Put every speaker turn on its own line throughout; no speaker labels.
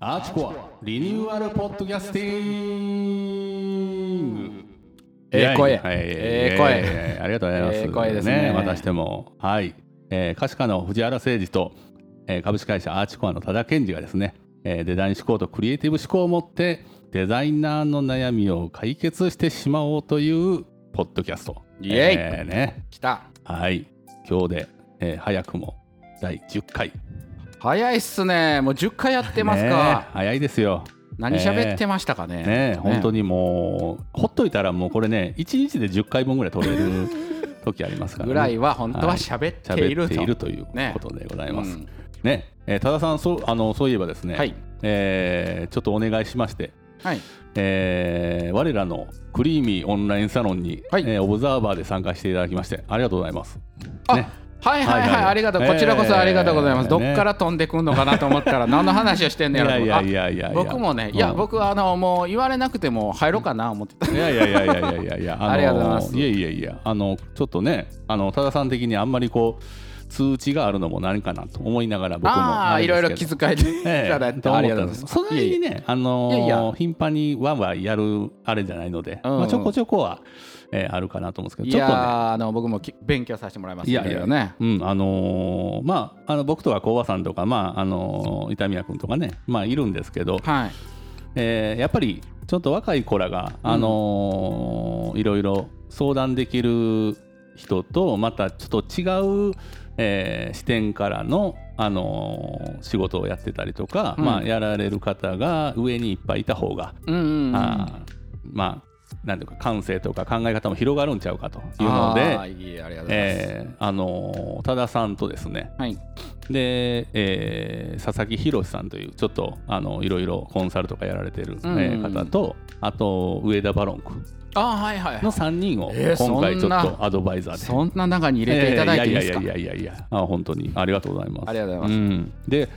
アーチコアリニューアルポッドキャスティング
ええ声
イエーイはい
ええ声
えーありがとうございます、
ええ声ですね
またしてもはい、えー、貸家の藤原誠二と、えー株式会社アーチコアの多田健二がですね、えーデザイン思考とクリエイティブ思考を持ってデザイナーの悩みを解決してしまおうというポッドキャスト
イエイ
えーね
来た
はい今日で、えー早くも第10回
早いっすねもう10回やってます
ね
か、
え早いですよ
何喋ってましたかね,、
ね、本当にもう、ほっといたら、もうこれね、1日で10回分ぐらい撮れる時ありますから、ね、
ぐらいは本当は喋ってい
喋
る
っ
と、
ているという
ね
ことでございます。
うん
ね、えー多田さん、そうあのそういえばですね、
はい
えーちょっとお願いしまして、
はい
えー我らのクリーミーオンラインサロンに、
はい
えーオブザーバーで参加していただきまして、ありがとうございます。
あ
ね
はいはい
は
はいい、
はい
ありがとう、
えー
こちらこそありがとうございます、
ね
どっから飛んでくんのかなと思 ったら何の話をして
い
んのやろと
や
思
い
って
やいやいやいや、
あ僕もね、いや
うん
僕はあのもう言われなくても入ろうかな思ってた、
いやいやいやいやいやいやいや、の
ありがとうございます
いやいやいや、あの、ちょっとね、あの、多田さん的にあんまりこう、通知があるのも何かなと思いながら、僕も
あ
あ
あ
れ
い
です
ろ
けど。
いろ気遣いでい
ええ
ただいて、
と思
あ
っ
り
た
がとうんご
で
ざい
す。
ます
そんなに
いえい
ね、あの
いやいや
頻繁にワンワンやるあれじゃないので、
うんうん
まあ、ちょこちょこは、えーあるかなと思うんですけ
え
ど、
い
ちょ
や
っとね、
ーあの僕もき勉強させてもらいます
いやいや
ろろね
うん、あのーまあ、あの僕とか工場さんとか、まあ、あのー、伊丹谷君とかね、まあ、いるんですけど、
はい
えーやっぱりちょっと若い子らが、あのーいろいろ相談できる人とまたちょっと違う、えー視点からの、あのー仕事をやってたりとか、
うん
まあ、やられる方が上にいっぱいいた方が、
うんうんうん
あーまあなんていうか感性とか考え方も広がるんちゃうかというの
あー
で。
いえいえありがとうございます、
えーあのー多田さんとですね
はい
で、えー佐々木宏さんというちょっとあのいろいろコンサルとかやられてる、
うん
えー方とあと上田バロンク
あーはいはいはい
の3人を
えー
今回ちょ
そ
っ
んな
とアドバイザーで。
そんな中に入れていただいていいですか、
えーいやいやいやいやいやあ本当にありがとうございます。
ありがとうござい
うんで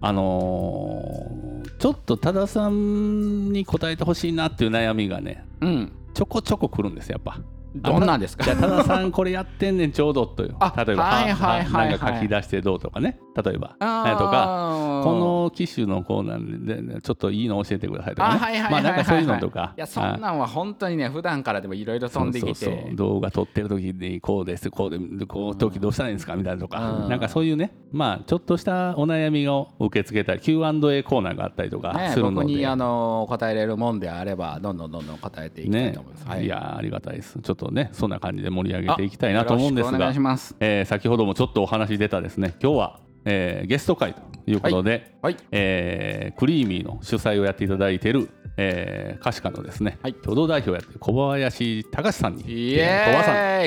あのーちょっと多田さんに答えてほしいなっていう悩みがね
うん
ちょこちょこ来るんですやっぱ。
どんなんですか
じゃあ多田さんこれやってんねんちょうどという
あ
例えば
はいはいはいはい
なんか書き出してどうとかね例えば
あ
え
ー
ーとかこの機種のこうなんでねちょっといいの教えてくださいとか、
あ
ね、
はいはい
ま
は
あ
い
な
は
んか
いは
そういうのとか
いやそんなんは本当にね普段からでもいろいろ飛んできて
そうそうそう動画撮ってる時にこうですこうでこう時どうしたらいいんですかみたいなとか、
うん
なんかそういうねまあちょっとしたお悩みを受け付けたり Q&A コーナーがあったりとか
ね
するの
僕
で、
にあの答えれるもんであればどんどんどんどん答えていきたい
ね
と思います、
い、やーありがたいですちょっとねそんな感じで盛り上げていきたいなと思うんです
よろしくお願
が
いします
えー先ほどもちょっとお話出たですね今日は、えーゲスト会ということで、
はい
えークリーミーの主催をやっていただいている、えー、カシカのですね、
はい
共同代表をやっている小林隆さんに
イ
え
エ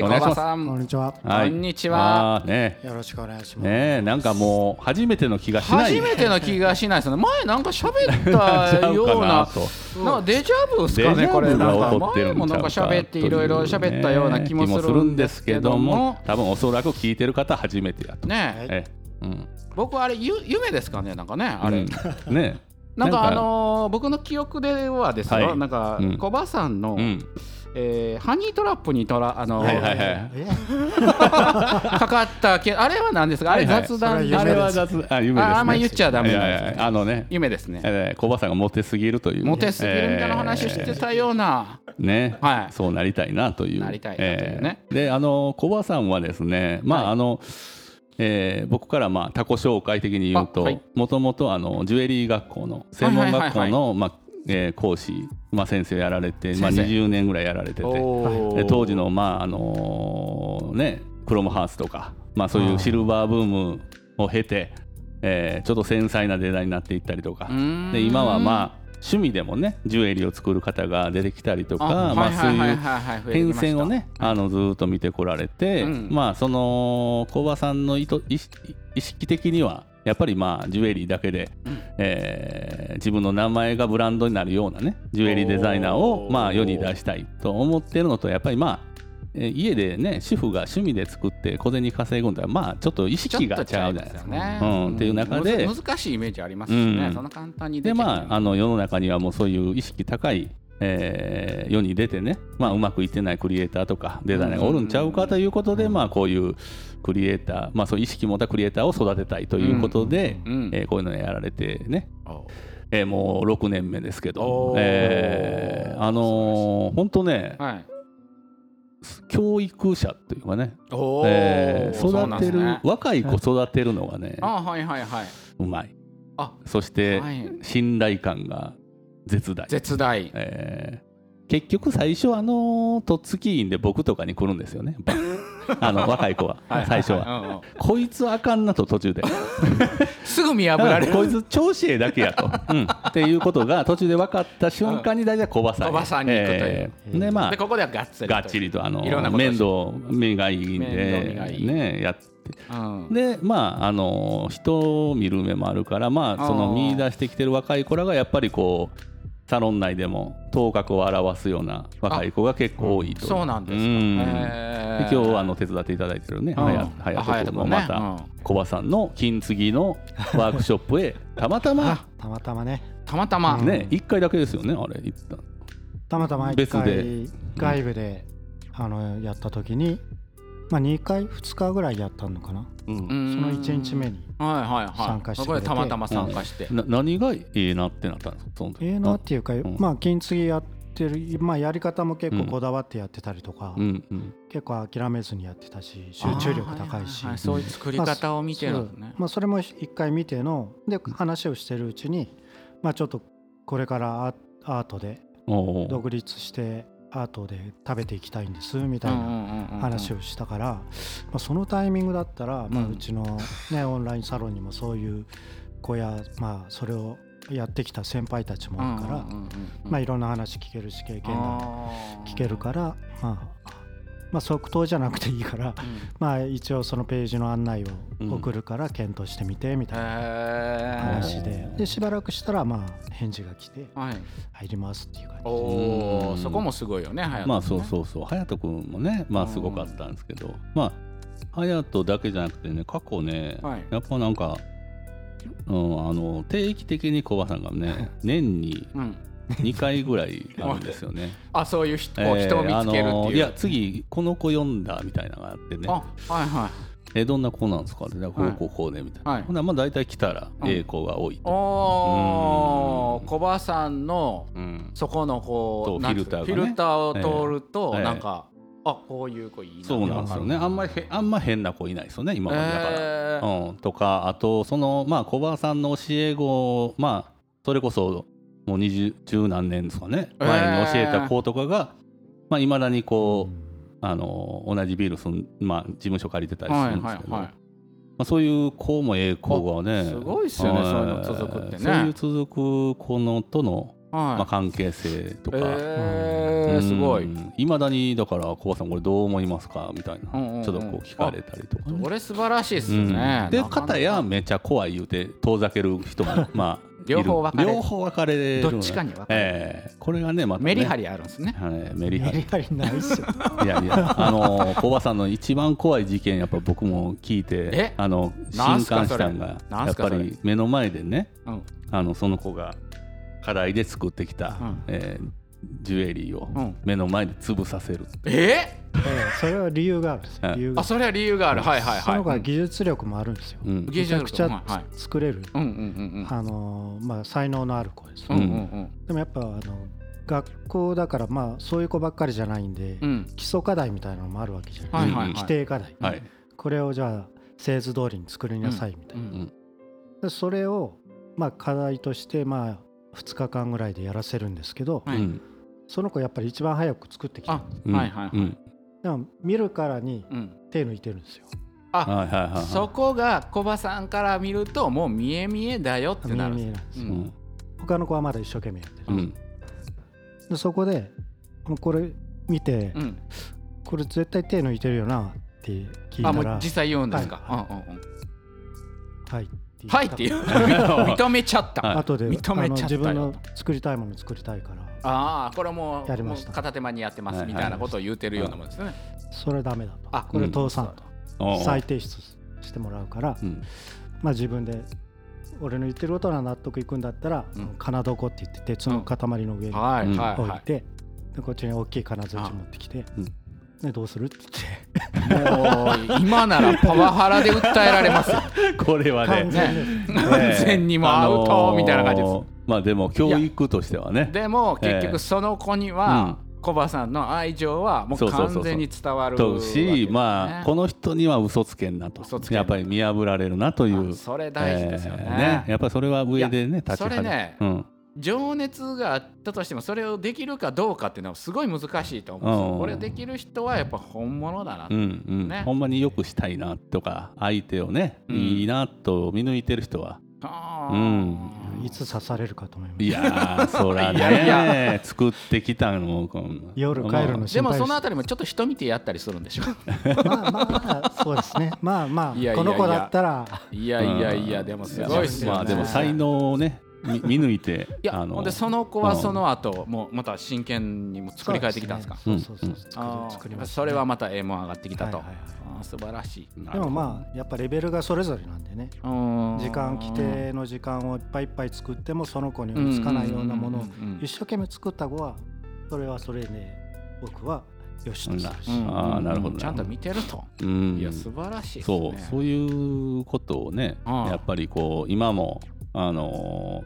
ー
ーイ
小林さんお願いします
さん
こんにちは。
はい
こんにちは
あーね
よろしくお願いします。
ねなんかもう初めての気がしない
初めての気がしないですね前なんか喋 ったよう
ちゃうかな
な
と
なんかデジャブですか
デジャ
ね
ブ
これなん
が起
か
こってるんちゃ
前も
う
なんか喋っていろいろ喋ったような気もするんですけども
多分おそらく聞いてる方初めてやと、
ね
ええうん、
僕あれゆ夢ですかねなんかねあれ、
うんね
なんかあのー僕の記憶ではですよ、
はい
なんか
うん
コバさんの、
うん
えーハニートラップにとらあのー
はいはいはい
え
かかったけあれは何ですかあれ
はいはい
雑談、
それ
あ
は
れ
夢
は
で
雑あ夢ですね
ああんま言っちゃダメ
い
なんです
や
ね
いやいやあのね
夢ですね
えー小バさんがモテすぎるという
モテすぎるみたいな話をし
え
て
ー
たような、
ね、
はい
そうなりたいなという
なりたいなというね
えーであの小バさんはですねまあ、
はい
あのえー僕からまあ他己紹介的に言う
あは
と
い
もともとあのジュエリー学校の専門学校
はいはいは
のまあえー講師、まあ、先生をやられて、まあ、
先生
20年ぐらいやられてて
おー
で当時のまああのねクロムハーツとか、まあ、そういうシルバーブームを経て、えーちょっと繊細なデザインになっていったりとか
うーん
で今はまあ趣味でもねジュエリーを作る方が出てきたりとか
あ
ま
は
あ
い
そ
は
う
いはいいうはい増えて
変
きました
遷をねあのずーっと見てこられて、
うん
まあその工場さんの意図意識意識的にはやっぱりまあジュエリーだけで、
うん
えー自分の名前がブランドになるようなねジュエリーデザイナーを
おー
まあ世に出したいと思ってるのとやっぱりまあえー家でね主婦が趣味で作って小銭稼ぐんだらまあちょっと意
ちょっ
識
と
が違うじゃない
違
です
い
か
ますよね
うんっていう中で
むず難しいイメージありますしね、
うん
そんな簡単に
で
出てきない
まああの世の中にはもうそういう意識高い、えー世に出てね、まあ、うまくいってないクリエイターとかデザイナーがおるんちゃうかということで、まあ、こういうクリエイター、まあ、そういう意識持ったクリエイターを育てたいということで、
うん
えーこういうのやられてね、
お
えーもう6年目ですけど
お、ー
えーあのー本当ね
はい。
教育者というかね、
お
えー
そうなん
育
で
て
す
る、
ね。
若い子育てるのがね、
あーはいはいは
うまい
あ
そし
い。
て、
はい、
信頼感が絶大、
絶大。
えー結局最初あのとっつき員で僕とかに来るんですよね ばあの若い子は最初は。
うんうん
こいつあかんなと途中で
すぐ見破られる。
こいつ調子ええだけやと、うんっていうことが途中で分かった瞬間に大体小ばさ
小ばさ
に
に行くという
でまあ
でここではがっつりと。
がっちりとあの
いろんなことを
面倒目がいいん
面倒見が
で
いい
ねやって
うん。
でまああの人を見る目もあるからまあその
あー
見出してきてる若い子らがやっぱりこうサロン内でも頭角を表すような若い子が結構多いと
そうなんですか。
うん
へ
で
ー
今日あの手伝っていただいてるね
うん
はやは
あ
や
隼
と
人
も
君ね
また小葉さんの金継ぎ のワークショップへたまたま
あ
たまたまね
たまたま、
うん
ね1回だけですよねあれ行った
たまたま一回
別で
外部で、あのやった時に、まあ、2回2日ぐらいやったのかな
う
そ
ん
の1日目に
はいはいはい
参加して
そこ
くれ
で
て
たまたま参加して、
な何がいいなってなったんですかその時
ええなっていうか、
ん
まあ金継ぎやってる、まあ、やり方も結構こだわってやってたりとか、
うんうん
結構諦めずにやってたし集中力高いし
あーはははそういう作り方を見てるの
まあ
ね
そう、まあ、それも一回見てので話をしてるうちに、まあ、ちょっとこれからアアートで
おー
独立してアートで食べていきたいんですみたいな
な
話
を
をしたから、まあ、そのタイミングだったら、まあ、
うん
うちの、ね、オンラインサロンにもそういう子や、まあ、それをやってきた先輩たちもいるから、まあ、いろんな話聞けるし経験談聞ける
ら、
から、まあ、まあ即答じゃなくていいから、
うん
まあ、一応そのページの案内を送るから検討してみてみたいな
へー
話で,、でしばらくしたらまあ返事が来て
はい、
入りますっていう感じです
お
う
お
ん
そこもすごいよね隼人君ね
まあそうそうそう隼人君もねまあすごかったんですけどまあ隼人だけじゃなくてね過去ね、
はい
やっぱなんか、うん、あの定期的に小葉さんがね 年に
うん、
2回ぐらいあるんですよね。
あそういう人,、
えー
人を見つけるっていう、
あのいや次この子読んだみたいなのがあってね
あはいはい
「えどんな子なんですか?」って「だから
はい
こうこうこうね」みたいな、
はい
ほんならまあ大体来たら
うん
A 子が多いと、う
おお
ん
小葉さんの
うん
そこのこ
そう
うなんていうの
フィルタ
フィルターを通ると
ええ
なんか、あこういう子いいな
そうなんですよねあんまりへあんま変な子いないですよね今までだから。
えー
うん、とかあとそのまあ小葉さんの教え子まあそれこそもう二十十何年ですかね
えー
前に教えた子とかがまあ、未だにこう、
う
あの同じビールすん、まあ、事務所借りてたり
は
す
い
るんで
は
すけ
い
ど、
はい
まあ、そういう子もええ子がね
あすごいっすよね
は
そういうの続くってね
そういう続く子のとの、
はい、
まあ、関係性とか、
えーすごい。
いまだにだから小葉さんこれどう思いますかみたいな、
うんうんうん
ちょっとこう聞かれたりとかね、
これ素晴らしいっす
う
ね。
ん
な
で
かなか
片やめちゃ怖い言うて遠ざける人 もまあいる
両方分かれる
両方分かれる
どっちかに分かれる
ええこれがねまたね
メリハリあるんですね。
はいメリ
ん
ハ
メリ
リ
ハリないっすよ
いやいやあの小葉さんの一番怖い事件やっぱ僕も聞いて
え
あの
な
新
ん
幹
すか
線が
それな
やっ
んすか
ぱり目の前でね
うん
あのその子が課題で作ってきた、
うん
えージュエリーを
うん
目の前で潰させる、
え
ええそれは理由があるんです
は
よ
い
理由
ー、あ
が
それは理由がある。はいはい
そ
はい。
の子は
うん
技術力もあるんですよ、
うん
めちゃくちゃ、
技術力はいはい
作れる、
うんうん
あのーまあ、才能のある子です、
うんうんうん
でもやっぱあの学校だからまあそういう子ばっかりじゃないんで、
うんうん。
基礎課題みたいなのもあるわけじゃないですか、
はいはいはい。
規定課題、
はい、
これをじゃあ製図通りに作りなさいみたいな、
うん
でそれをまあ課題としてまあ2日間ぐらいでやらせるんですけど、
はい
うん
その子やっぱり一番早く作ってき
あ
た、
うん
はいはいはい。
うん
でも見るからに
うん。
手抜いてるんですよ
あ、
はいはいはいはい
そこが小葉さんから見るともう見え見えだよって
見え
なるん
見
で
え
す。
なん
う
う
です、
んん
他の子はまだ一生懸命やってる、
うん
でそこでもうこれ見て、
うん。
これ絶対手抜いてるよなって聞い
あ、
た
も
ら
う実際言うんですか。うんうんうん。
はいって言た
はいっていう。 認めちゃっ
はい
た。
後で
認めちゃったよ
あの自分の作りたいもの作りたいから
ああ、これはもう
やりました
もう片手間にやってま
は
す
い
みたいなことを言うてるようなもんですね。
それはダメだと
あ
これ倒産
お
と
う
再提出してもらうから、
うん
まあ自分で俺の言ってることは納得いくんだったら、
うん
金床って言って鉄の塊の上に置
はい
うん
はいはい
い。て、でこっちに大きい金槌持ってきて、
うん
ね、どうするって言って
もう今ならパワハラで訴えられ ますよ
これはね
完全です
完全にもうアウトみたいな感じです
あのーまあでも教育としてはね
でも結局その子にはコバさんの愛情はもう完全に伝わる
とし、まあこ
の
の人には嘘つけんなと
嘘つけんな
やっぱり見破られるなという
それ大事ですよね,、
えーやっぱりそれは上でね立ちはだ
それね
うん、
情熱があったとしてもそれをできるかどうかっていうのはすごい難しいと思うんです
う
よ
ん
これできる人はやっぱ本物だな
うんうん
ね
ほんまによくしたいなとか相手をね、
うん
いいなと見抜いてる人は
あー
うん
いつ刺されるかと思います
いや ーそらね
いや
作ってきたのをこん
夜帰る
で
の心
も
配
そのあたりもちょっと人見てやったりするんでしょ
まあまあそうですねまあま
いやいやいや
あこの子だったら
いやいやいや
うん
でもすごいっすよね
まあでも才能をねみ 見抜いて
いやほんでその子はその後もうまた真剣にも作り変えてきたんですか
そうそうそうそう
あー
作りました
それはまた絵も上がってきたと、
はいはいはい
あー素晴らしい
な
で
るほ
も
ど
まあやっぱレベルがそれぞれなんでね時
時
間規定の時間をいっぱいいっぱい作ってもその子に追いつかないようなものを一生懸命作った子はそれはそれで僕はよしとするし
うんあーなるほど
ちゃんと見てると、
うん
いや素晴らしいですね
そうそういうことをね
ああ
やっぱりこう今もあの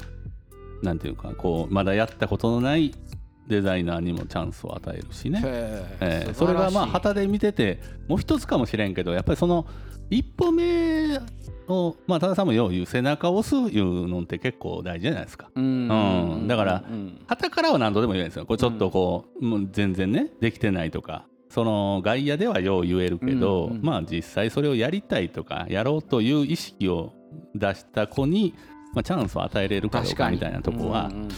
ーなんていうかこうまだやったことのないデザイナーにもチャンスを与えるしね、
へ
え
ー
ーそれがまあ
素晴らし
旗で見ててもう一つかもしれんけどやっぱりその一歩目をまあ多田さんもよう言う背中を押すいうのって結構大事じゃないですか。
いうん
うんだから
うん
旗からは何度でも言えないんですよこれちょっとこう、もう全然ねできてないとかその外野ではよう言えるけど、
うんうん
まあ実際それをやりたいとかやろうという意識を出した子に、まあ、チャンスを与えれるかどう
確
か
かに
みたいなとこは
う。んうんう
う
ん
ん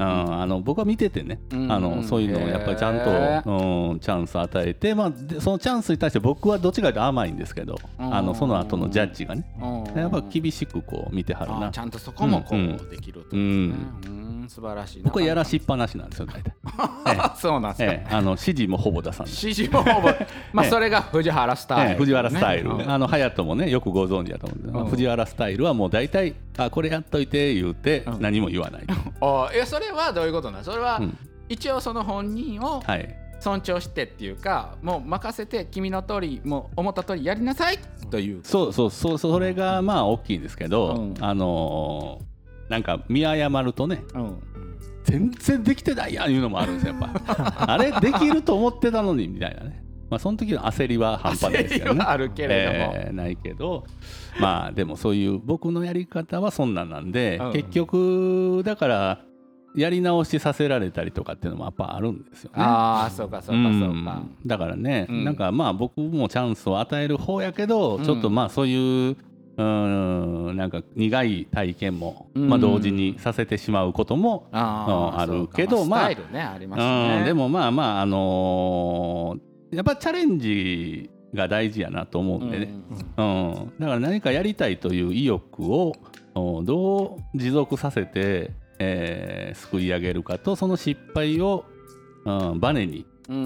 あの僕は見ててね、
うん
あ
う
の
ん
そういうのをやっぱりちゃんと、
へ
うん、チャンス与えて、まあ、でそのチャンスに対して僕はどっちかというと甘いんですけど、
うん
あのその後のジャッジがね、
うん
やっぱ厳しくこう見てはる
あ
な
ーちゃんとそこもこ
うんう
うできる
う
とうんん素晴らしい
僕はやらしっぱなしなんですよ大 体、え
あそうなんですか、
ええ、あの指示もほぼ出さない。
指示 もほぼまあ
ええ
それが藤原スタイル、
ええ藤原スタイル、
ね
あの隼人もねよくご存知だと思うんですけど、
うん
藤原スタイルはもう大体あこれやっといて言うて
うん
何も言わない、
あいやそれはどういうことなんそれは、
うん
一応その本人を
はい
尊重してっていうかもう任せて君の通りもう思った通りやりなさいという
そうそうそうそれがまあ大きいんですけど、
うん
あのーなんか見誤るとね
うん
全然できてないやんいうのもあるんですよやっぱ あれできると思ってたのにみたいなねまあその時の焦りは半端ないですけど
焦り
ね
はあるけれども
えーないけどまあで もそういう僕のやり方はそんなんなんで、
うん
結局だからやり直しさせられたりとかっていうのもやっぱあるんですよね。
ああそうかそうかそうか
んだからね、
うん
なんかまあ僕もチャンスを与える方やけど、
うん
ちょっとまあそういう。うーんなんか苦い体験も、ま
う
あ、
ん
同時にさせてしまうことも
あー
ある
そうか
けどま
まあ
あ
スタイルねありますね
うん、でもまあまああのーやっぱチャレンジが大事やなと思うんでね、うんだから何かやりたいという意欲をおどう持続させて、えー、すくい上げるかとその失敗を、うん、バネに
うんう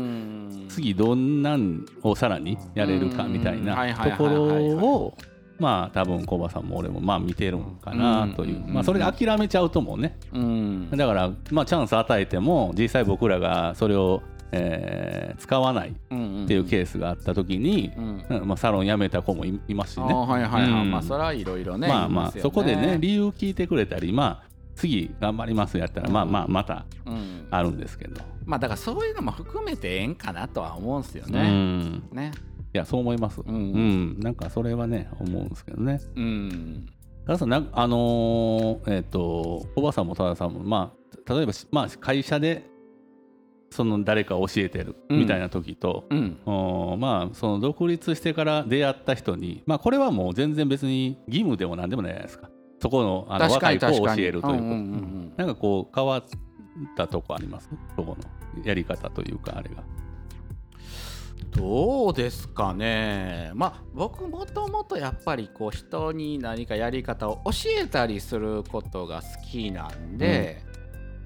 ん
次どんなんをさらにやれるかみたい
うんはい
な
は
と
いはい
こ
はい
ろ
はい
をまあ多分コバさんも俺もまあ見てるんかなという、
うんうん
まあ、それで諦めちゃうともうね
うん
だから、まあ、チャンス与えても実際僕らがそれを、えー使わないっ
って
いうケースがあった時に、
うん
うんまあ、サロン辞めた子もいいますし
あ
ね
ーはいはいはい
うん
まあそれはいろいろね
まあ
言い
まあ
すよ
そこでね理由聞いてくれたりまあ次頑張りますやったら、まあ
うん
まあまた
うん
あるんですけど、
まあだからそういうのも含めてええんかなとは思うんですよ
う
ね
ん
ね
いやそう思います、
う
うんんなんかそれはね思うんですけどね
うん
たださんなんあのーえっ、とおばさんもたださんもまあ例えばし、まあ、会社でその誰かを教えてるみたいな時と、
うん
おーまあその独立してから出会った人に、まあ、これはもう全然別に義務でも何でもないじゃないですかそこのあの
確か
若
に
い子を
確か
教
に
えるということ、
んんん
なんかこう変わったとこありますそこのやり方というかあれが。
どうですかねまあ僕もともとやっぱりこう人に何かやり方を教えたりすることが好きなんで、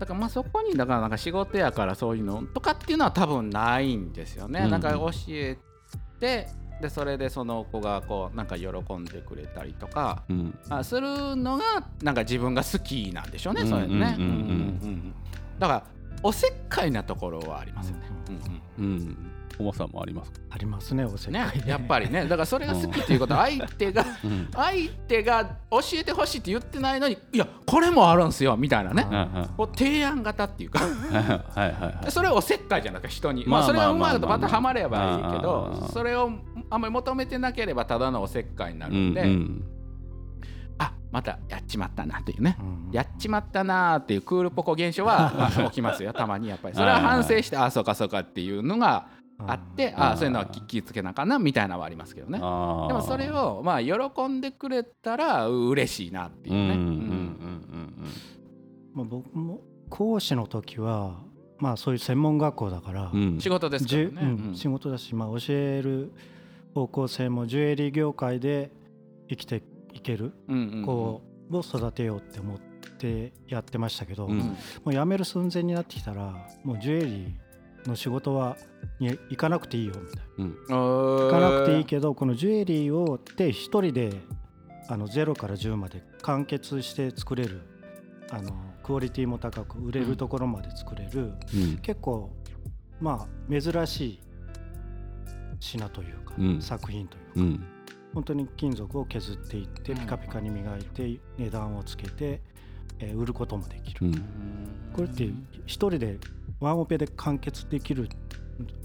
だからまあそこにだからなんか仕事やからそういうのとかっていうのは多分ないんですよね、
うん
なんか教えてでそれでその子がこうなんか喜んでくれたりとか
うん
あするのがなんか自分が好きなんでしょうね、それね、
うんうんうんうん
うんうんうんだからおせっかいなところはありますよね、うんうん
うんおばさんもありますか、
ありますねおせっ
ね
かい、ね、
やっぱりねだからそれが好きっていうことは相手が
うん
相手が教えてほしいって言ってないのにいやこれもあるんすよみたいなね
うんうん
こう提案型っていうか
はいはいはい。
それをおせっかいじゃなくて人に
まあ
まあそれはう
まあ
まいこと
まあ
またハマればいいけ
ああああ
どそれをあんまり求めてなければただのおせっかいになるん
う
で
ん
あまたやっちまったなというね
うん
やっちまったなーっていうクールポコ現象 はまあ起きますよたまにやっぱりそれは反省してああそうかそうかっていうのがあって
うん
ああそういうのは気気ぃつけなあかんなみたいなのはありますけど
う
ね
んあー
でもそれをまあ喜んでくれたらう嬉しいなっていう
うんうん
ね
う
うんん
まあ、僕も講師の時はまあそういう専門学校だから、
うんうん
仕事ですか
じ
ら
ゅ
ね
うん仕事だし、まあ、教える方向性もジュエリー業界で生きていける子を育てようって思ってやってましたけど、
うん
もう辞める寸前になってきたらもうジュエリーの仕事はに行かなくていいよみたいな
行
行かなくていいけどこのジュエリーをって一人であの0から10まで完結して作れるあのクオリティも高く売れるところまで作れる、
うん
結構まあ珍しい品というか、
うん
作品というか
うん
本当に金属を削っていって
うん
ピカピカに磨いて値段をつけて、えー売ることもできる、
うん
これって一人でワンオペで完結できる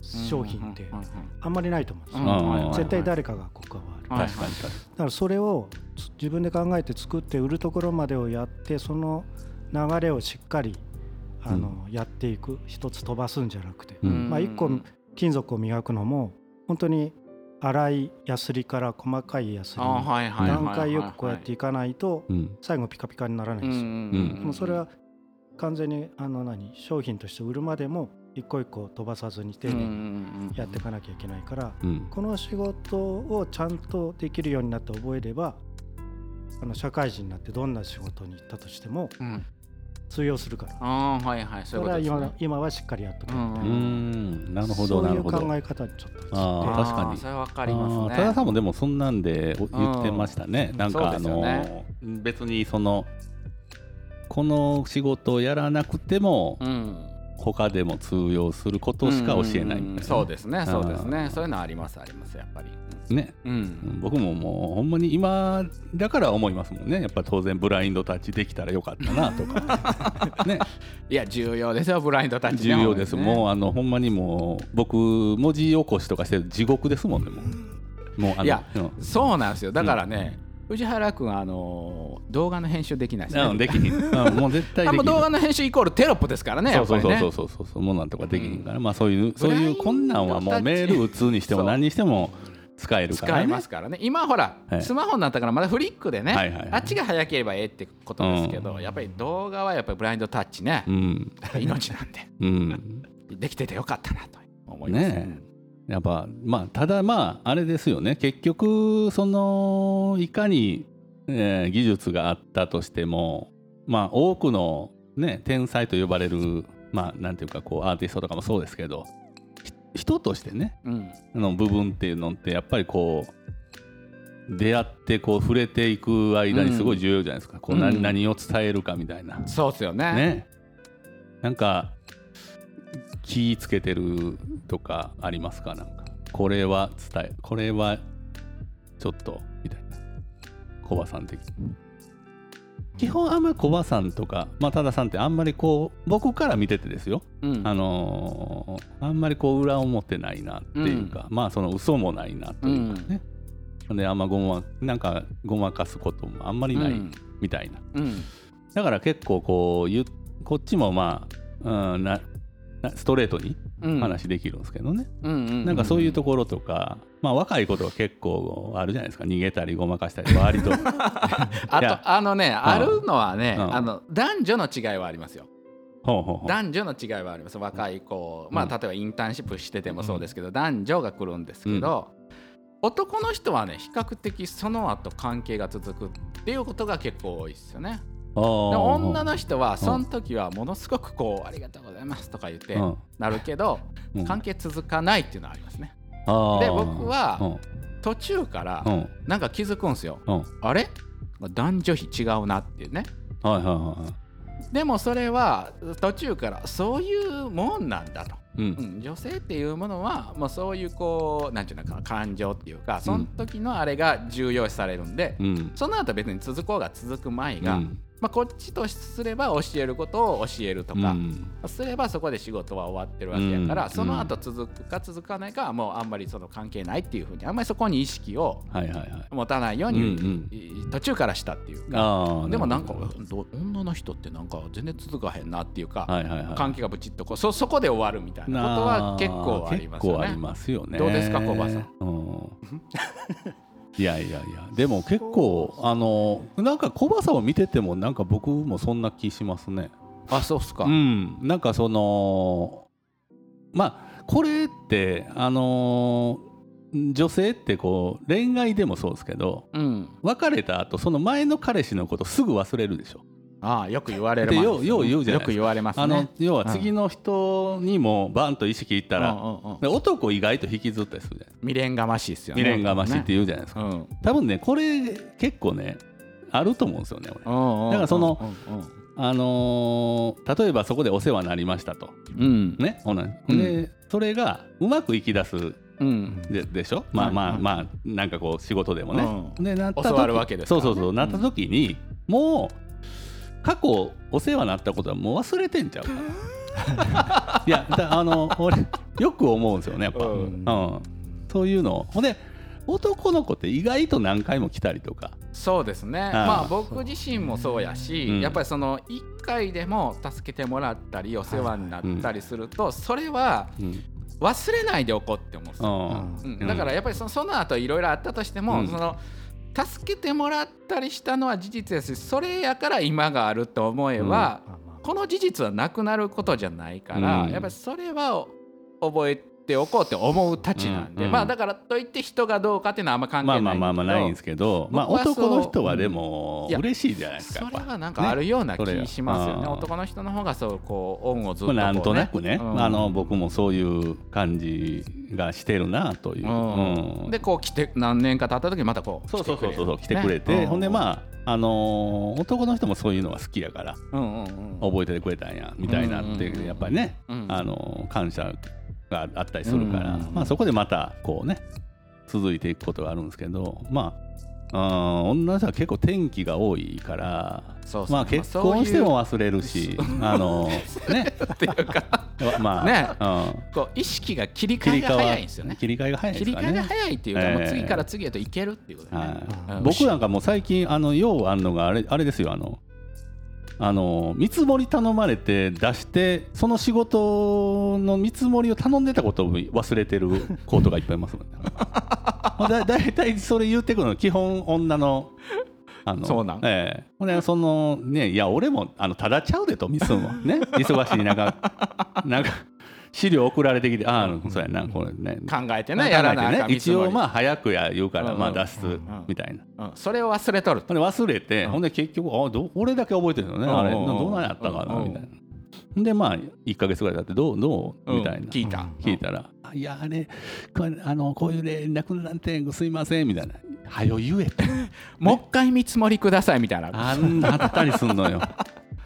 商品ってあんまりないと思うんですよ、
うん
絶対誰かがここはある、
はい
確かに確か
だからそれをつ自分で考えて作って売るところまでをやってその流れをしっかりあの、やっていく一つ飛ばすんじゃなくて、
に。う
うん
ん
まあ、一個金属を磨くのも本当に粗いヤスリから細かいヤスリ
あー
に
はいはいはいはい
段階よくこうやっていかないと
うん
最後ピカピカにならないん
うん
で
う
すよ。
ん
う
うんん
でもそれは完全にあの何商品として売るまでも一個一個飛ばさずに丁
うんうん
寧
うん
にやっていかなきゃいけないから
うん
この仕事をちゃんとできるようになって覚えればあの社会人になってどんな仕事に行ったとしても
うん
通用するから
ああはいはいそ
そ
い
う
う
れ
こと
は
ですね
今は今はしっかりやっとくみたいな
う
うん
んなるほ
そ
ど
う
ないる
う
ほど。
考え方にちょっと移って
あー確かに
あーそれはわ
あ
かりますね
ー多田さんもでもそんなんでお言ってましたね、
うん
なんかあ
そうです
の、
よね
別にそのこの仕事をやらなくても
うん
他でも通用することしか教えないみたいなね、
うんうんうんそうですねそうです
あ
ね
ー
そういうのありますありますやっぱり
ね
うんうん
僕ももうほんまに今だから思いますもんねやっぱ当然ブラインドタッチできたらよかったなとか ね
いや重要ですよブラインドタッチ
重
ね
要です、
本当にね
もうあのほんまにもう僕文字起こしとかしてる地獄ですもんねもうもうあの
いや
うん
そうなんですよだからね、藤原君あの動画の編集できないですね、
うんできひん、うんもう絶対
あ
で
ん
き
ま
ひん
動画の編集イコールテロップですからねや
そう
っ
そ
ぱ
う
り
そう
ね
そうそうそうもうなんとかできへんから、まあそういうそういうこんなんはもう
ブライ
メ
ンドタッチ
ール打つにしても
そう
何にしても使えるから、ね、
使えますからね今ほら、
はい
スマホになったからまだフリックでね、
はいはいはい
あっちが早ければええってことですけど、
うん
やっぱり動画はやっぱりブラインドタッチね、
うん
命なんで
うん
できててよかったなと思います
ねえやっぱまあただまああれですよね結局そのいかに、えー技術があったとしてもまあ多くのね天才と呼ばれるまあなんていうかこうアーティストとかもそうですけどひ人としてね
うん
の部分っていうのってやっぱりこう出会ってこう触れていく間にすごい重要じゃないですか、こう
う
何
ん
何を伝えるかみたいな、
そうですよね
ねなんか気ぃつけてるとかありますかなんかこれは伝えこれはちょっとみたいなコバさん的に基本あんまりコバさんとか、まあ、多田さんってあんまりこう僕から見ててですよ
うん
あのーあんまりこう裏表ないなっていうか、まあその嘘もないなというかね、であんまごまなんかごまかすこともあんまりない
うん
みたいな、
うん
だから結構こうゆこっちもまあ、うん、ななストレートに
うん
話できるんですけどね、
うんうん
なんかそういうところとか、まあ若いことは結構あるじゃないですか逃げたりごまかしたり割 と
あ
いや
とあのね、あるのはね、
うん
あの男女の違いはありますよ
ほうほうほう
男女の違いはあります若い子、
うん
まあ例えばインターンシップしててもそうですけど、男女が来るんですけど、男の人はね比較的その後関係が続くっていうことが結構多いですよねでも女の人はその時はものすごくこう「ありがとうございます」とか言ってなるけど、関係続かないっていうのはありますねで僕は途中から
うんうん
なんか気づくんですよ
うんはい
あれ男女比違うなっていうね
はいはいはい
でもそれは途中からそういうもんなんだと
う
うんん、女性っていうものは、まあ、そういうこうなんていうのかな感情っていうかその時のあれが重要視されるんで、
うん
その後別に続こうが続く前が、
うん
まあ、こっちとすれば教えることを教えるとか、すればそこで仕事は終わってるわけやから、
うん
その後続くか続かないかはもうあんまりその関係ないっていうふうにあんまりそこに意識を
はいはいはい
持たないよう
う
に、
ん
途中からしたっていうか
ああ
でもなんか
は
ど女の人ってなんか全然続かへんなっていうか、
いはいはい
関係がブチッとこうそそこで終わるみたいなことは結構あります
結
よ
構あ
ね
り。ますよね
どうですかコバさん
うんいやいやいやでも結構あのなんかコバさんを見ててもなんか僕もそんな気しますね
あそうっすか、
うん、なんかそのまあこれってあのー女性ってこう恋愛でもそうですけど
うん
別れた後その前の彼氏のことすぐ忘れるでしょ、
ああよく言われる
で
まあ
ようよう言うじゃないですか
よく言われますね。
あの要は次の人にもバンと意識いったら、
うんうんうん
で男意外と引きずったりするじゃないですか
未練がましいっすよね。
未練がましいって言うじゃないですか、
うんうん
多分ねこれ結構ねあると思うんですよね俺、
うんうん
だからその
うんうん
あのー例えばそこでお世話になりましたと
うん
ねほな
うん
でそれがうまくいきだす
うん
ででしょまあ
はい
まあ
はい
まあなんかこう仕事でもね、
う
でなった時
教わるわけですからね
そうそうそううんなった時に、もう過去お世話になったことはもう忘れてんちゃうか ないやだあの俺よく思うんですよねやっぱ、
う
うん
ん
そういうのをほんで男の子って意外と何回も来たりとか、
そうですね、まあ僕自身もそうやし、
うん
やっぱりその1回でも助けてもらったりお世話になったりすると、それは
うん
忘れないでおこうって思うんですよ、
うん
うん
うん
だからやっぱりそのその後いろいろあったとしても、
うん
その助けてもらったりしたのは事実やしそれやから今があると思えば、
あまあ
この事実はなくなることじゃないから、
うん
やっぱりそれは覚えておこうって思うたちなんで、
うん
まあだからといって人がどうかっていうのはあんま関
ま
係
あ
ないけど
まあまあまあないんですけど、まあ、
僕はそう
男の人はでも
うんいや
嬉しいじゃないですかや
そ
っ
れ
ぱ
はなんかあるような気
ね
しますよ
そ
ね
れは
男の人の方がそうこう恩をずっ
ま
と
あ
こう、ね、
なんとなくね、
うん
あの僕もそういう感じがしてるなという。
うん
うん
でこう来て何年か経った時にまたこう
そうそうそうそうそう来
来
て
て
く
く
れ
れ
て、
てね
ほんでまあ、あのー男の人もそういうのが好きやから
うんうんうん
覚えててくれたんやみたいなって、
うんうんうん
やっぱりね、
うん
あのー感謝があったりするから、
うん
まあ、そこでまたこうね続いていくことがあるんですけどまあ、うん、女の人は結構天気が多いから。
そうそう
まあ結婚しても忘れるし、あのーね、
そういうっていうか
まあ、
ね
うん、
こう意識が切り
切
替え
り
が
替わ
早いんですよね
切り替えが早いです
切り
か
替えが
ね。
早いっていうか、
ええ
もう次から次へといけるっていうことね、
は
う
い、
ん
僕なんかもう最近あのようあんのがあれあれですよあのあの見積もり頼まれて出してその仕事の見積もりを頼んでたことを忘れてるコートがいっぱいいます もんね。もうだだいたいそれ言ってくるの基本女の。あの
そうなん
ええほんでそのねいや俺もあのただちゃうでとミスも ね忙しい中なんか資料送られてきてああそうやなこれね
考えてねやらなあかん見積
一
もり
応まあ早くや言うから、
うん
まあ脱出
ん
みたいな、
うん、それを忘れとると
ほんで忘れて、
うん
ほんで結局あど俺だけ覚えてるのね、
うん
あれ
うん
どうなんやったかな、
うん
みたいなほんでまあ1か月ぐらい経ってどうどう、みたい
うん
な
聞いた、
聞いたら「あいやあれこれあのこういう連絡なんてすいません」みたいな「はよ言え」って
もう一回見積もりくださいみたいな
あんなあったりすんのよ、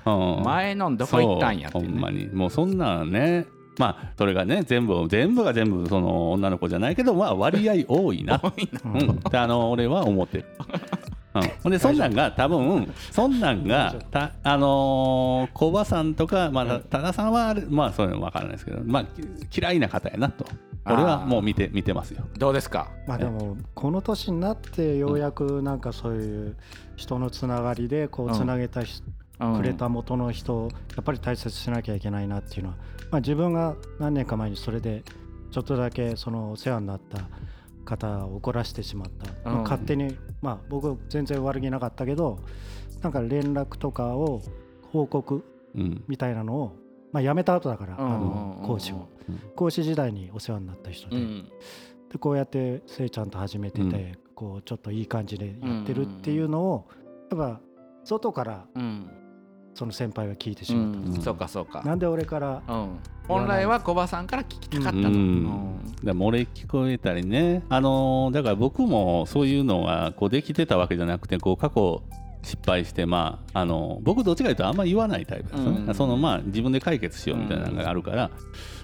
うん、
前のんどこ行ったんやって、
そうほんま
ね、
にもうそんなんねまあそれがね全部全部が全部その女の子じゃないけどまあ割合多いなうん、ってあの俺は思ってる。 うん、ほんでそんなんが多分そんなんがたあのー、小葉さんとか、まあ、た多田さんはあれまあそういうの分からないですけど、まあ、き嫌いな方やなと俺
あ
は
ー
もう見て見てますよ。
どうですか
まあでもこの年になってようやくなんかそういう人のつながりでこ
うん
うつなげた人
うん
くれた元の人をやっぱり大切にしなきゃいけないなっていうのは、まあ、自分が何年か前にそれでちょっとだけそのお世話になった方を怒らせてしまった、
うん
勝手にまあ僕全然悪気なかったけどなんか連絡とかを報告
うん
みたいなのを、まあ、辞めた後だから、
うん
あの講師を講師時代にお世話になった人で,、
うん
でこうやってせいちゃんと始めてて、
うん
こうちょっといい感じでやってるっていうのをやっぱ外から
うん
その先輩は聞いてしまったんですよ
うんそうかそうか
なんで俺から
うん、本来は小バさんから聞きたかったと、
うんでも俺聞こえたりね、あのーだから僕もそういうのがこうできてたわけじゃなくてこう過去失敗して、まあ、あの僕どっちかというとあんまり言わないタイプなんですよね、
うん
そのまあ自分で解決しようみたいなのがあるから、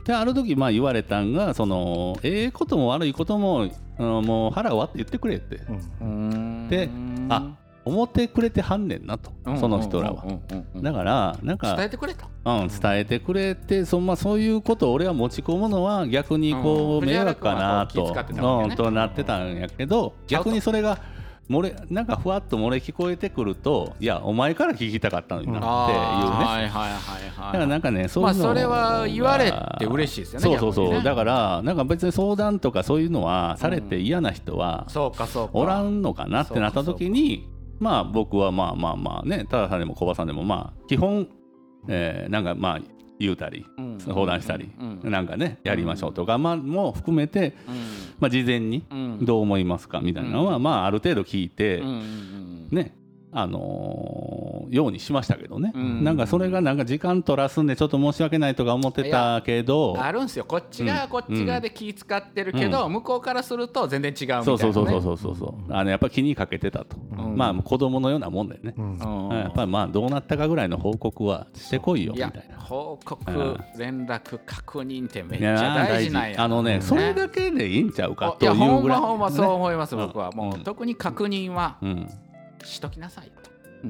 である時まあ言われたんがそのええことも悪いこともあのもう腹割って言ってくれって
う
う
ん
ん
であ思ってくれてはんねんなと、
うん
その人らは。
うんうんうんうん
だからなんか
伝えてくれと
うん、伝えてくれてそ,、まあ、そういうことを俺は持ち込むのは逆にこ
う
うん迷惑かなと,、
藤
う
原君はこう気遣ってたわけね
んとなってたんやけど
ちゃうと
逆にそれが漏れなんかふわっと漏れ聞こえてくるといやお前から聞きたかったのになっていうね。
はいはいはいは
だ
い
からなんかね、そう
ま
い
あ
うの
それは言われて嬉しいですよ
そ
ね
うそうそう、
逆にね
だからなんか別に相談とかそういうのはされて嫌な人は
そうかそうか
おらんのかなってなった時にまあ僕はまあまあまあねたださんでも小バさんでもまあ基本、えーなんかまあ言うたり
うん
相談したり
うんうん
なんかねやりましょうとか、まあ、も含めて、
うん
まあ、事前に
うん
どう思いますかみたいなのは、まあある程度聞いて、
うんうんうん
ねあのーようにしましたけどね、
うん
なんかそれがなんか時間取らすんでちょっと申し訳ないとか思ってたけど
あるんすよこっち側はこっち側で気使ってるけど、向こうからすると全然違うみたいな、ね、
そうそうそうそうそうそうあのやっぱ気にかけてたと、
うん
まあ子供のようなもんだよね、
うん
うん
やっぱりまあどうなったかぐらいの報告はしてこいよ
い
みたい
や
な。
報告、
う
連絡確認ってめっ
い
ち
や
ゃ
ー
大事なんや
あのね、それだけでいいんちゃうか
い
とい
やほ
うんぐら
ま
い、
ほんまそう思います、
ね
僕はもう、
うん
特に確認は
うん、
しときなさいと。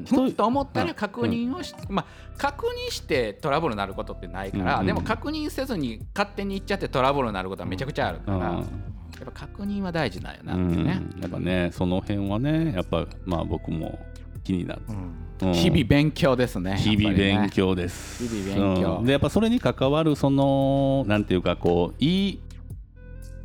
しとい
ふっと思ったら確認をし、まあ確認してトラブルになることってないから、
うん
でも確認せずに勝手に行っちゃってトラブルになることはめちゃくちゃあるから、やっぱ確認は大事なんやな
う
って
ん
ね、
やっぱね、その辺はね、やっぱまあ僕も気になる。
うん
うん
日々勉強ですね
日々
やっぱり
勉
ね
強です。
日々勉強
うんでやっぱそれに関わるそのなんていうかこういい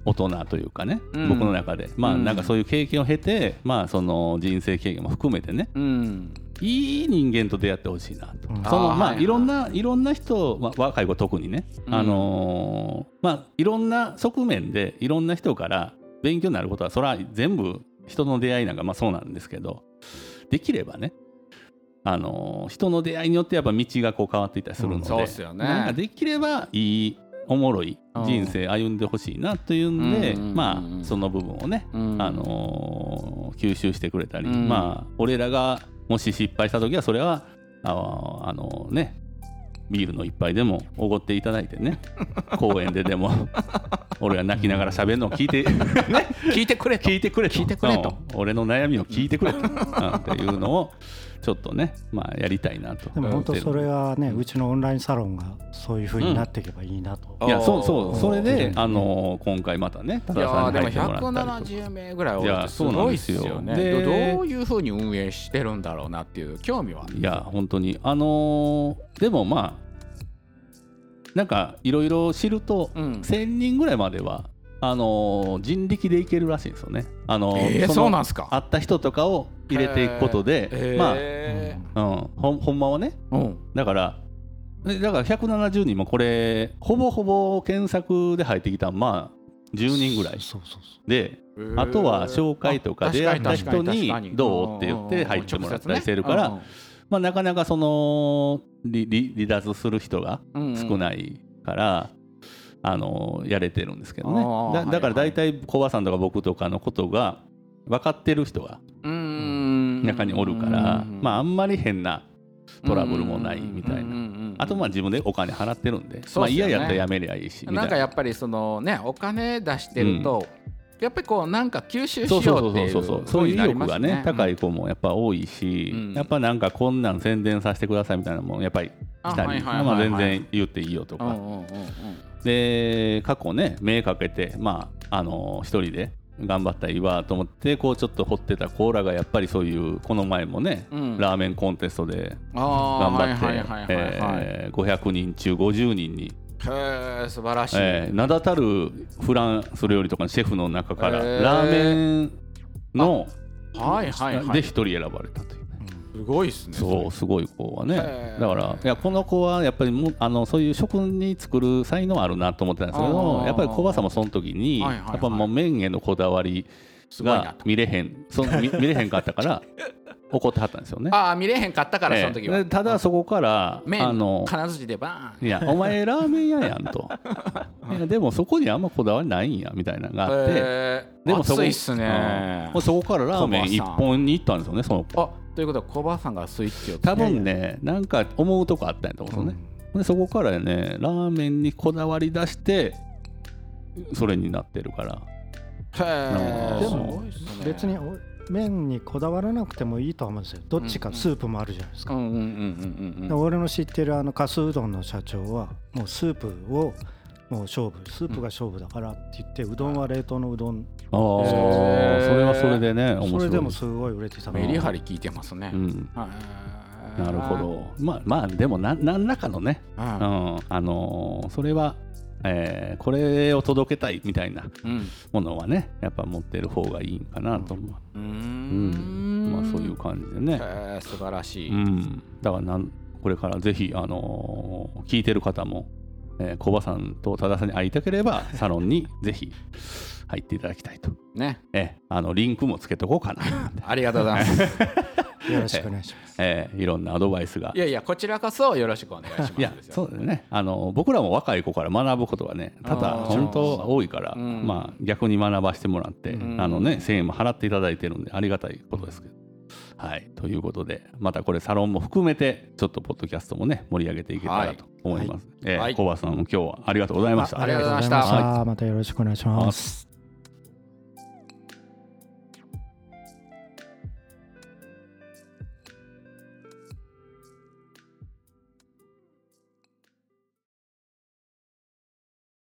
大人というかね、
うん
僕の中でまあ
うん
なんかそういう経験を経て、まあその人生経験も含めてね、
うん
いい人間と出会ってほしいなと。
うん
その
あー
ま
は
あ
いはい
いろんないろんな人、まあ、若い子特にね、
うん
あのーまあいろんな側面でいろんな人から勉強になることはそれは全部人の出会いなんかまあそうなんですけどできればねあのー人の出会いによってやっぱ道がこう変わっていったりするので、
うん
そうっすよね
なんかできればいいおもろい人生歩んでほしいなというんで、
うん
ま
うん
あその部分をね
うん
あのー吸収してくれたり、
うん
まあ俺らがもし失敗した時はそれはあーあのねビールの一杯でもおごっていただいて ね公園ででも俺が泣きながら喋るのを聞いて
聞いてくれと
聞いてくれと
聞いてくれと
うん俺の悩みを聞いてくれと、うんっていうのをちょっとね、まあ、やりたいなと
でも本当それ
は
はねうちのオンラインサロンがそういうふうになっていけばいいなと、
いやそうそ
お
う
ー
それで、あのー今回またね多
いや
田さ
ー
ん
で
に入
も
ってもらったりとか
170名ぐらいおる
い
っ
や
てすごいっす
そ
よ
うな
ね
んですよで
どういうふうに運営してるんだろうなっていう興味はある
いや本当にあのーでもまあなんかいろいろ知ると、
うん
1000人ぐらいまではあのー人力で行けるらしいんですよね。あのー
えー
の
そうなんすか
会った人とかを入れていくことで、
え
まあ、うん、ほんほんまはね
ーうん
だからえだから170人もこれほぼほぼ検索で入ってきたんまあ10人ぐらい
そうそうそ
であとは紹介とか出会った人にどうって言って入ってもらったりしてるからまあ、なかなかその離離離脱する人が少
い。
ないから、あのやれてるんですけど
あー
ねだだから
はいは
大
い
体コバさんとか僕とかのことが分かってる人が中
中
におるから、まあ、あんまり変なトラブルもないみたいな、あとまあ自分でお金払ってるんで
そう
ま
っ
あ、
す
嫌
よね
やったらやめりゃいいしみたいな
なんかやっぱりそのねお金出してると、やっぱりこうなんか吸収し
そうそ
よう
う
って
そそ
いうう
うそうそういう意欲がね高
い
い子もやっぱ多いし、
うん
やっぱなんかこんなん宣伝させてくださいみたいなのもやっぱり来た
あはい
り
はいはいは
ま
い
あ全然言っていいよと
うん
か
うんうんうん
で過去ね目かけてまああの一人で頑張った岩と思ってこうちょっと掘ってたコーラがやっぱりそういうこの前もね、
うん
ラーメンコンテストで
あ
頑張
ー
って
はいはいはいはいはい
えー500人中50人に、
へえ素晴らしい、
えー名だたるフランス料理とかのシェフの中から、
へー
ラーメンの
はいはいは
で
い
一人選ばれたという。
すごいですね
そうすごい子はね
へー
だからいやこの子はやっぱりもうあのそういう食に作る才能あるなと思ってたんですけど
あー
やっぱり小バさんもその時に
はいはいはい
やっぱもう麺へのこだわり
すごいな
が
と
見れへんそ の見見れへんかったから怒ってはったんですよね。
ああ見れへんかったから
ええ
その時は、
でただそこからあ
麺
の
金槌でバーン
いやお前ラーメン屋やん といやでもそこにあんまこだわりないんやみたいなのがあって
えー
でもそこ
熱いっすね
うんもうそこからラーメン一本に行ったんですよねその子
あということはコバさんがスイッチを
多分ねなんか思うとこあったんやと思うんですよね、でそこからねラーメンにこだわり出してそれになってるから
へー
でも
すごいっすね
別にお麺にこだわらなくてもいいとは思うんですよどっち
う
か
んうん
スープもあるじゃないです
う
か、
んうんうんうん
で
うん
俺の知ってるあのかすうどんの社長はもうスープをもう勝負スープが勝負だからって言ってうどんは冷凍のうどん
ああー
へー
それはそれでね面白い
それでもすごい売れてたの
メリハリ効いてますね
う、ん
はい
なるほどまあまあでもな何らかのね、
う
うんん、あのーそれは、えーこれを届けたいみたいな
うん
ものはねやっぱ持ってる方がいいんかなと思
うー
う、うん
ん
まあそういう感じでね、
へー素晴らしい、
うん、だからなんこれからぜひ、あのー聞いてる方も、えー、小葉さんと多田さんに会いたければサロンにぜひ入っていただきたいと、
ね
えあのリンクもつけとこうかな、
ありがとうございます
よろしくお願いします
えーいろんなアドバイスが
いやいやこちらこそよろしくお願いします
いや
ですよ
そうだよねあの僕らも若い子から学ぶことがね多々
あー
本当多いから、
うん
まあ、逆に学ばしてもらって、
うん
あのね、1000円も払っていただいてるんでありがたいことですけど。はい、ということでまたこれサロンも含めてちょっとポッドキャストもね盛り上げていけたらと思います。えー
はい
小林さんも今日はありがとうございました。
ありがとうございました
ありがとうございましたまたよろしくお願いします